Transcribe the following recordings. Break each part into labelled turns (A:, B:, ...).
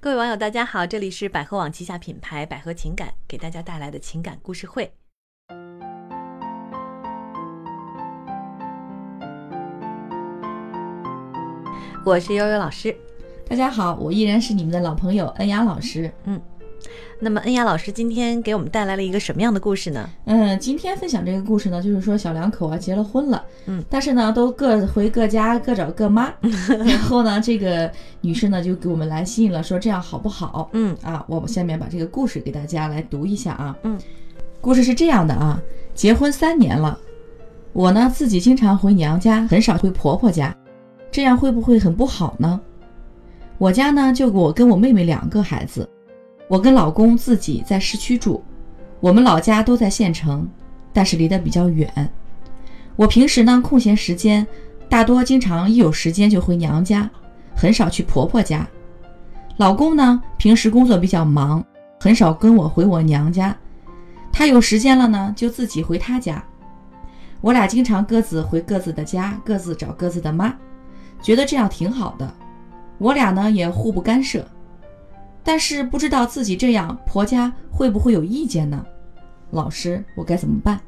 A: 各位网友，大家好，这里是百合网旗下品牌百合情感给大家带来的情感故事会。我是悠悠老师。
B: 大家好，我依然是你们的老朋友恩雅老师。
A: 那么，恩雅老师今天给我们带来了一个什么样的故事呢？
B: 嗯，今天分享这个故事呢，就是说小两口啊结了婚了，
A: 嗯，
B: 但是呢都各回各家，各找各妈。 然后呢，这个女士呢就给我们来信了，说这样好不好？
A: 嗯
B: 啊，我们下面把这个故事给大家来读一下啊。
A: 嗯，
B: 故事是这样的啊，结婚三年了，我呢自己经常回娘家，很少回婆婆家，这样会不会很不好呢？我家呢就我跟我妹妹两个孩子，我跟老公自己在市区住，我们老家都在县城，但是离得比较远。我平时呢空闲时间，大多经常一有时间就回娘家，很少去婆婆家。老公呢平时工作比较忙，很少跟我回我娘家，他有时间了呢就自己回他家。我俩经常各自回各自的家，各自找各自的妈，觉得这样挺好的。我俩呢也互不干涉，但是不知道自己这样婆家会不会有意见呢？老师，我该怎 么办？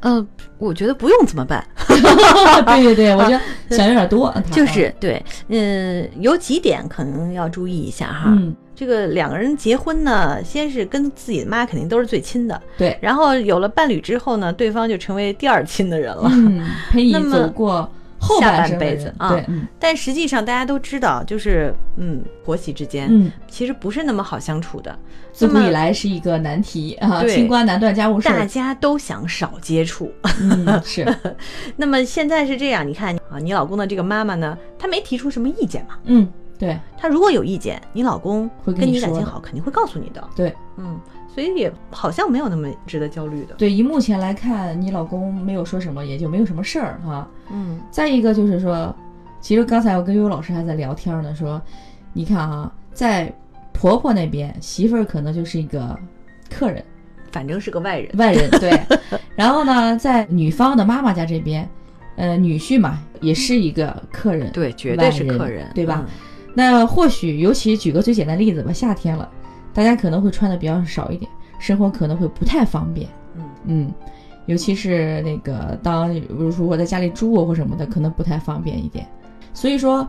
A: 呃，我觉得不用怎么 办，
B: 对对对，我觉得想有 点多，
A: 就是对，嗯，有几点可能要注意一下哈。
B: 嗯，
A: 这个两个人结婚呢，先是跟自己的妈肯定都是最亲的，
B: 对，
A: 然后有了伴侣之后呢，对方就成为第二亲的人了。
B: 嗯，陪你
A: 那么
B: 走过后半生的
A: 下半辈
B: 人
A: 子啊
B: 对，嗯
A: 但实际上大家都知道，就是嗯，婆媳之间、
B: 嗯，
A: 其实不是那么好相处的，
B: 自古
A: 那么
B: 以来是一个难题啊，
A: 对
B: 清官难断家务事
A: 大
B: 儿，
A: 家都想少接触。
B: 嗯，是，
A: 那么现在是这样，你看啊，你老公的这个妈妈呢，她没提出什么意见嘛。
B: 嗯，对
A: 她如果有意见，你老公
B: 会跟
A: 跟
B: 你
A: 你感
B: 说
A: 情
B: 的
A: 好，肯定会告诉你的。
B: 对
A: 嗯，所以也好像没有那么值得焦虑的。
B: 对，以目前来看，你老公没有说什么，也就没有什么事儿哈。
A: 嗯
B: 再一个就是说，其实刚才我跟悠悠老师还在聊天呢，说，你看啊，在婆婆那边，媳妇儿可能就是一个客人。，
A: 反正是个外人。
B: 外人 对。然后呢，在女方的妈妈家这边，呃，女婿嘛也是一个客人。
A: 对，绝对是
B: 外人
A: 客人，
B: 对吧那或许，尤其举个最简单的例子吧，夏天了，大家可能会穿的比较少一点，生活可能会不太方便。
A: 嗯？嗯，
B: 嗯，尤其是那个当如果在家里住啊或什么的，可能不太方便一点。所以说，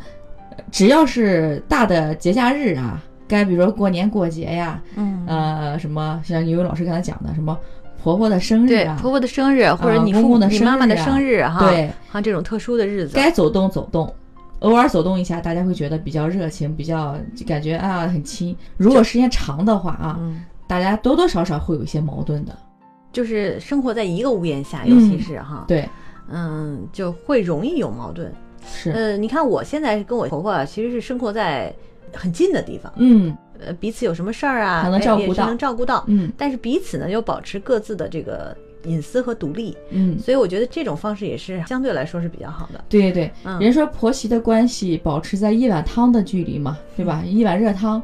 B: 呃只要是大的节假日啊，该比如说过年过节呀，
A: 嗯
B: 呃，什么像尤尤老师刚才讲的，什么婆婆的生日
A: 对
B: 啊，
A: 婆婆的生日，或者
B: 啊
A: 你
B: 公
A: 父母、
B: 公的
A: 你
B: 生
A: 妈妈
B: 日
A: 的
B: 啊
A: 生日哈，
B: 对，
A: 像这种特殊的日子，啊
B: 该走动走动，偶尔走动一下，大家会觉得比较热情，比较就感觉啊很亲。如果时间长的话啊，
A: 嗯，
B: 大家多多少少会有一些矛盾的。
A: 就是生活在一个屋檐下，尤其
B: 嗯
A: 是哈，
B: 对，
A: 嗯，就会容易有矛盾。
B: 是，
A: 呃，你看我现在跟我婆婆啊其实是生活在很近的地方，
B: 嗯
A: 呃，彼此有什么事儿啊，
B: 还能
A: 哎
B: 照顾
A: 也是
B: 到
A: 能照顾到，
B: 嗯
A: 但是彼此呢又保持各自的这个隐私和独立，
B: 嗯，
A: 所以我觉得这种方式也是相对来说是比较好的。
B: 对对对。
A: 嗯，
B: 人说婆媳的关系保持在一碗汤的距离嘛，对
A: 嗯
B: 吧？一碗热汤，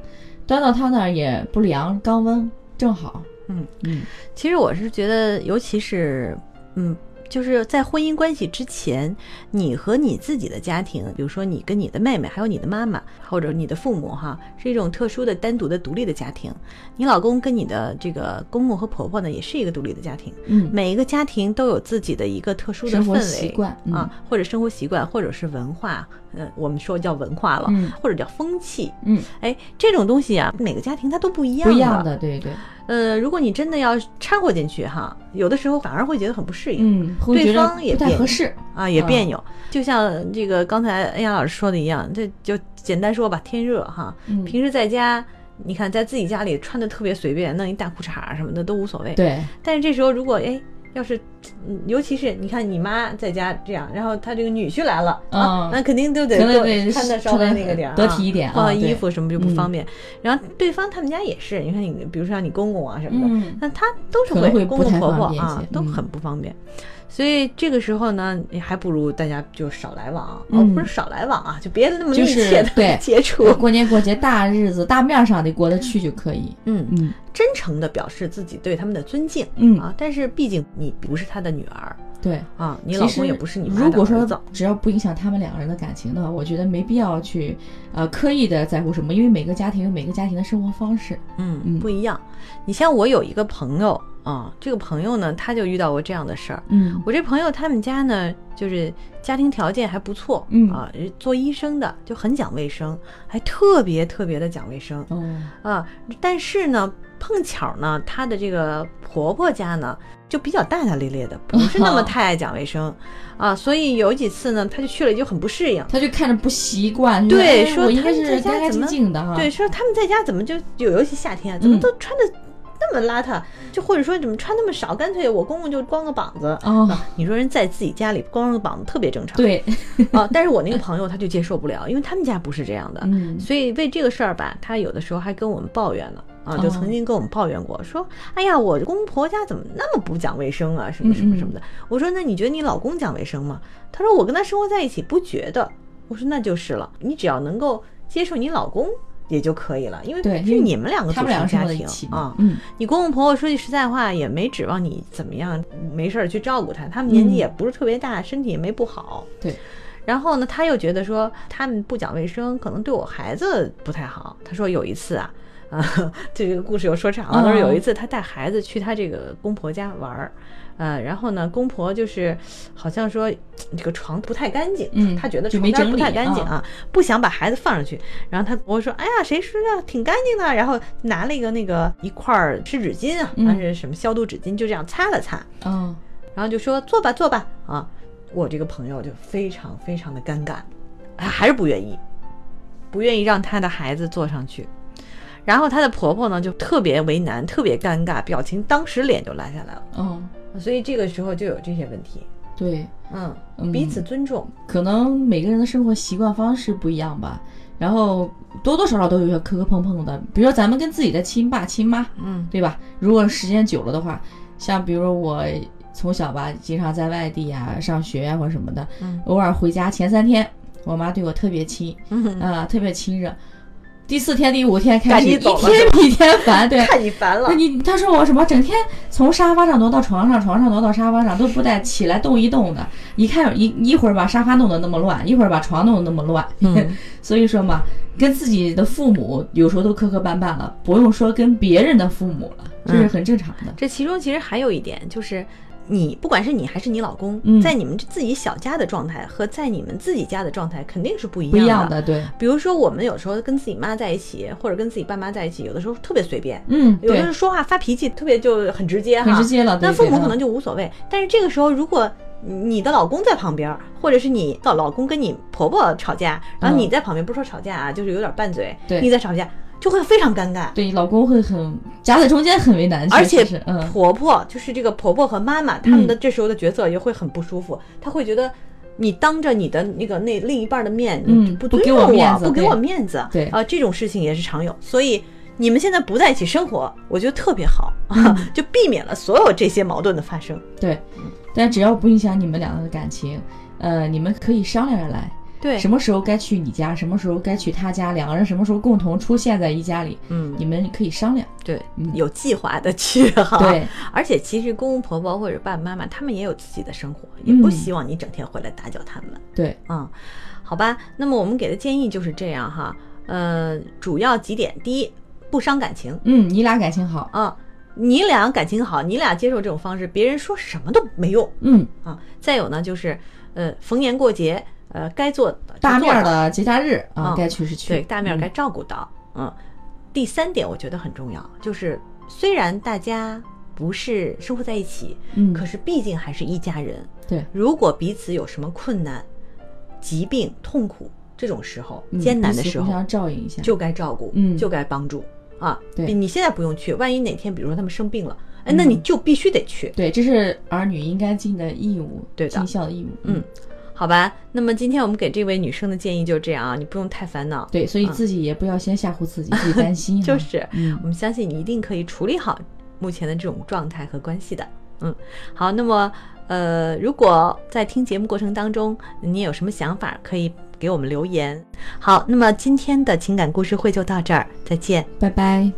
B: 端到他那儿也不凉，刚温正好。
A: 嗯
B: 嗯，
A: 其实我是觉得，尤其是，嗯，就是在婚姻关系之前，你和你自己的家庭，比如说你跟你的妹妹，还有你的妈妈，或者你的父母，哈，是一种特殊的、单独的、独立的家庭。你老公跟你的这个公公和婆婆呢，也是一个独立的家庭。
B: 嗯，
A: 每一个家庭都有自己的一个特殊的
B: 生
A: 氛
B: 活
A: 围
B: 习惯嗯
A: 啊，或者生活习惯，或者是文化，呃，我们说叫文化了，
B: 嗯
A: 或者叫风气。
B: 嗯，
A: 哎，这种东西啊，每个家庭它都不一样
B: 不一样的，对对，
A: 呃，如果你真的要掺和进去哈，有的时候反而会觉得很不适应、
B: 嗯，会觉得
A: 方也
B: 不太
A: 变
B: 合适。
A: 啊，也
B: 嗯
A: 别扭。就像这个刚才恩雅老师说的一样，这就简单说吧，天热哈，
B: 嗯，
A: 平时在家。你看，在自己家里穿的特别随便，弄一大裤衩儿什么的都无所谓。
B: 对，
A: 但是这时候如果哎，要是，嗯尤其是你看你妈在家这样，然后她这个女婿来了、啊
B: 嗯，
A: 那肯定就得
B: 可能
A: 多
B: 得
A: 穿的稍微
B: 穿得
A: 那个 点儿啊、
B: 得体一点啊
A: 换换
B: 对
A: 衣服什么就不
B: 嗯
A: 方便。然后对方他们家也是，你看你，比如说像你公公啊什么的，
B: 嗯，
A: 那他都是
B: 可能
A: 会
B: 会
A: 公
B: 不
A: 公
B: 太
A: 婆
B: 方
A: 婆
B: 便一
A: 啊
B: 些，
A: 都
B: 嗯
A: 很不方便。所以这个时候呢，你还不如大家就少来往，
B: 嗯
A: 哦，不是少来往啊，就别那么密
B: 就是
A: 切
B: 对
A: 的接 触，
B: 过年过节大日子大面上得过得去就可以。
A: 嗯，
B: 嗯
A: 真诚的表示自己对他们的尊敬、
B: 嗯，
A: 啊。但是毕竟你不是他的女儿
B: 对。
A: 啊，你
B: 其
A: 老
B: 实
A: 公也不是你妈的
B: 如果说
A: 儿子
B: 只要不影响他们两个人的感情的话，我觉得没必要去呃刻意的在乎什么，因为每个家庭有每个家庭的生活方式。嗯
A: 嗯，不一样。你像我有一个朋友啊，这个朋友呢，他就遇到过这样的事儿。
B: 嗯
A: 我这朋友他们家呢，就是家庭条件还不错，
B: 嗯
A: 啊，做医生的就很讲卫生，还特别特别的讲卫生
B: 哦
A: 啊。但是呢，碰巧呢，她的这个婆婆家呢就比较大大咧咧的，不是那 么太爱讲卫生啊，所以有几次呢，她就去了就很不适应。
B: 他就看着不习惯，就
A: 对
B: 哎
A: 说
B: 我应该
A: 他们
B: 是
A: 在家
B: 干干
A: 怎
B: 净
A: 么
B: 净的哈。
A: 对，，说他们在家怎么就有，尤其夏天，啊怎么
B: 嗯
A: 都穿的那么邋遢，就或者说怎么穿那么少，干脆我公公就光个膀子。啊
B: 哦，
A: 你说人在自己家里光个膀子特别正常，
B: 对，
A: 啊，但是我那个朋友他就接受不了，因为他们家不是这样的，
B: 嗯
A: 所以为这个事儿吧，他有的时候还跟我们抱怨了啊，
B: 哦
A: 就曾经跟我们抱怨过，说，哎呀，我公婆家怎么那么不讲卫生啊，什么
B: 嗯
A: 什么什么的。我说，那你觉得你老公讲卫生吗？他说，我跟他生活在一起不觉得。我说，那就是了，你只要能够接受你老公也就可以了，因为
B: 对因
A: 是
B: 为
A: 你们两个
B: 他
A: 组
B: 们两
A: 成家
B: 个生活在一
A: 庭
B: 起嘛
A: 啊。
B: 嗯
A: 你公公婆婆说句实在话，也没指望你怎么样，没事儿去照顾他，他们年纪
B: 嗯
A: 也不是特别大，身体也没不好。
B: 对，
A: 然后呢，他又觉得说他们不讲卫生，可能对我孩子不太好。他说有一次啊， 啊，这个故事又说长了。他说有一次他带孩子去他这个公婆家玩儿，呃，然后呢，公婆就是好像说嘖这个床不太干净，
B: 嗯
A: 他觉得
B: 就
A: 床
B: 没
A: 单
B: 整
A: 不太
B: 理
A: 干净
B: 啊
A: 啊，不想把孩子放上去。然后他我说，哎呀，谁说的挺干净的？然后拿了一个那个一块儿湿纸巾啊，
B: 嗯
A: 还是什么消毒纸巾，就这样擦了擦。
B: 哦，
A: 然后就说坐吧坐吧啊，我这个朋友就非常非常的尴尬，啊还是不愿意，不愿意让她的孩子坐上去。然后她的婆婆呢就特别为难，特别尴尬，表情当时脸就拉下来了。
B: 哦，
A: 所以这个时候就有这些问题，
B: 对，
A: 嗯，
B: 嗯
A: 彼此尊重，
B: 可能每个人的生活习惯方式不一样吧，然后多多少少都有些磕磕碰碰的。比如说咱们跟自己的亲爸亲妈，
A: 嗯
B: 对吧？如果时间久了的话，像比如我从小吧，经常在外地啊上学呀、或者什么的，
A: 嗯
B: 偶尔回家前三天，我妈对我特别亲，
A: 嗯，
B: 啊、特别亲热。第四天、第五天开始，
A: 赶
B: 一
A: 你走了
B: 天比一天烦，对。
A: 看你烦了
B: 那，你他说我什么？整天从沙发上挪到床上，床上挪到沙发上，都不带起来动一动的。一看一一会儿把沙发弄得那么乱，一会儿把床弄得那么乱。
A: 嗯
B: 所以说嘛，跟自己的父母有时候都磕磕绊绊了，不用说跟别人的父母了，这
A: 嗯
B: 是很正常的。
A: 这其中其实还有一点就是。你不管是你还是你老公，
B: 嗯
A: 在你们自己小家的状态和在你们自己家的状态肯定是不一
B: 不一
A: 样
B: 样
A: 的。
B: 的，对，
A: 比如说，我们有时候跟自己妈在一起，或者跟自己爸妈在一起，有的时候特别随便，
B: 嗯，
A: 有的时
B: 对
A: 候，说话发脾气特别就很直接哈，
B: 很直接了。对
A: 那父母可能
B: 就
A: 就无所谓，但是这个时候如果你的老公在旁边，或者是你的老公跟你婆婆吵架，然后
B: 嗯
A: 你在旁边，不是说吵架啊，就是有点拌嘴，
B: 对
A: 你在吵架就会非常尴尬。
B: 对老公会很夹在中间，很为难，
A: 而
B: 确
A: 且
B: 实是嗯，
A: 婆婆就是这个婆婆和妈妈，他们的这时候的角色也会很不舒服，她会觉得。你当着你的那个那另一半的面，
B: 嗯
A: 你不
B: 不
A: 尊
B: 给
A: 重
B: 我面子
A: 不给
B: 对
A: 我面子，
B: 对
A: 啊、这种事情也是常有。所以你们现在不在一起生活，我觉得特别好，
B: 嗯
A: 就避免了所有这些矛盾的发生。
B: 对。但只要不影响你们两个的感情，呃，你们可以商量着来。
A: 对
B: 什么时候该去你家，什么时候该去他家，两个人什么时候共同出现在一家里，
A: 嗯，
B: 你们可以商量。
A: 对
B: 嗯，
A: 有计划的去哈。，
B: 对，
A: 而且其实公公婆婆或者爸爸妈妈他们也有自己的生活，也不
B: 嗯
A: 希望你整天回来打搅他们。
B: 对，
A: 嗯，好吧，那么我们给的建议就是这样哈，呃，主要几点，第一，不伤感情
B: 嗯，你俩感情好，
A: 啊、你俩感情好，你俩接受这种方式，别人说什么都没用
B: 嗯，
A: 啊。再有呢，就是呃，逢年过节，呃，该做的就
B: 大
A: 做
B: 面儿
A: 到，
B: 的节假日啊，
A: 嗯
B: 该去是去，
A: 对，大面儿该
B: 嗯
A: 照顾到。嗯第三点我觉得很重要，就是虽然大家不是生活在一起，
B: 嗯，
A: 可是毕竟还是一家人。
B: 对，
A: 如果彼此有什么困难、疾病、痛苦这种时候、
B: 嗯
A: 艰难
B: 彼
A: 的
B: 此
A: 时
B: 互
A: 候，
B: 相照应一下，
A: 就该照顾，
B: 嗯
A: 就该帮助啊。
B: 对
A: 你现在不用去，万一哪天比如说他们生病了，哎，那
B: 嗯
A: 你就必须得去，
B: 对，这是儿女应该尽的义务，
A: 对的
B: 尽孝的义务，
A: 嗯，好吧？那么今天我们给这位女生的建议就是这样啊，你不用太烦恼，
B: 对，所以
A: 嗯
B: 自己也不要先吓唬自己，自 己担心哈，
A: 就是
B: 嗯
A: 我们相信你一定可以处理好目前的这种状态和关系的。嗯，好，那么呃，如果在听节目过程当中，你有什么想法，可以给我们留言。好，那么今天的情感故事会就到这儿，再见。
B: 拜拜。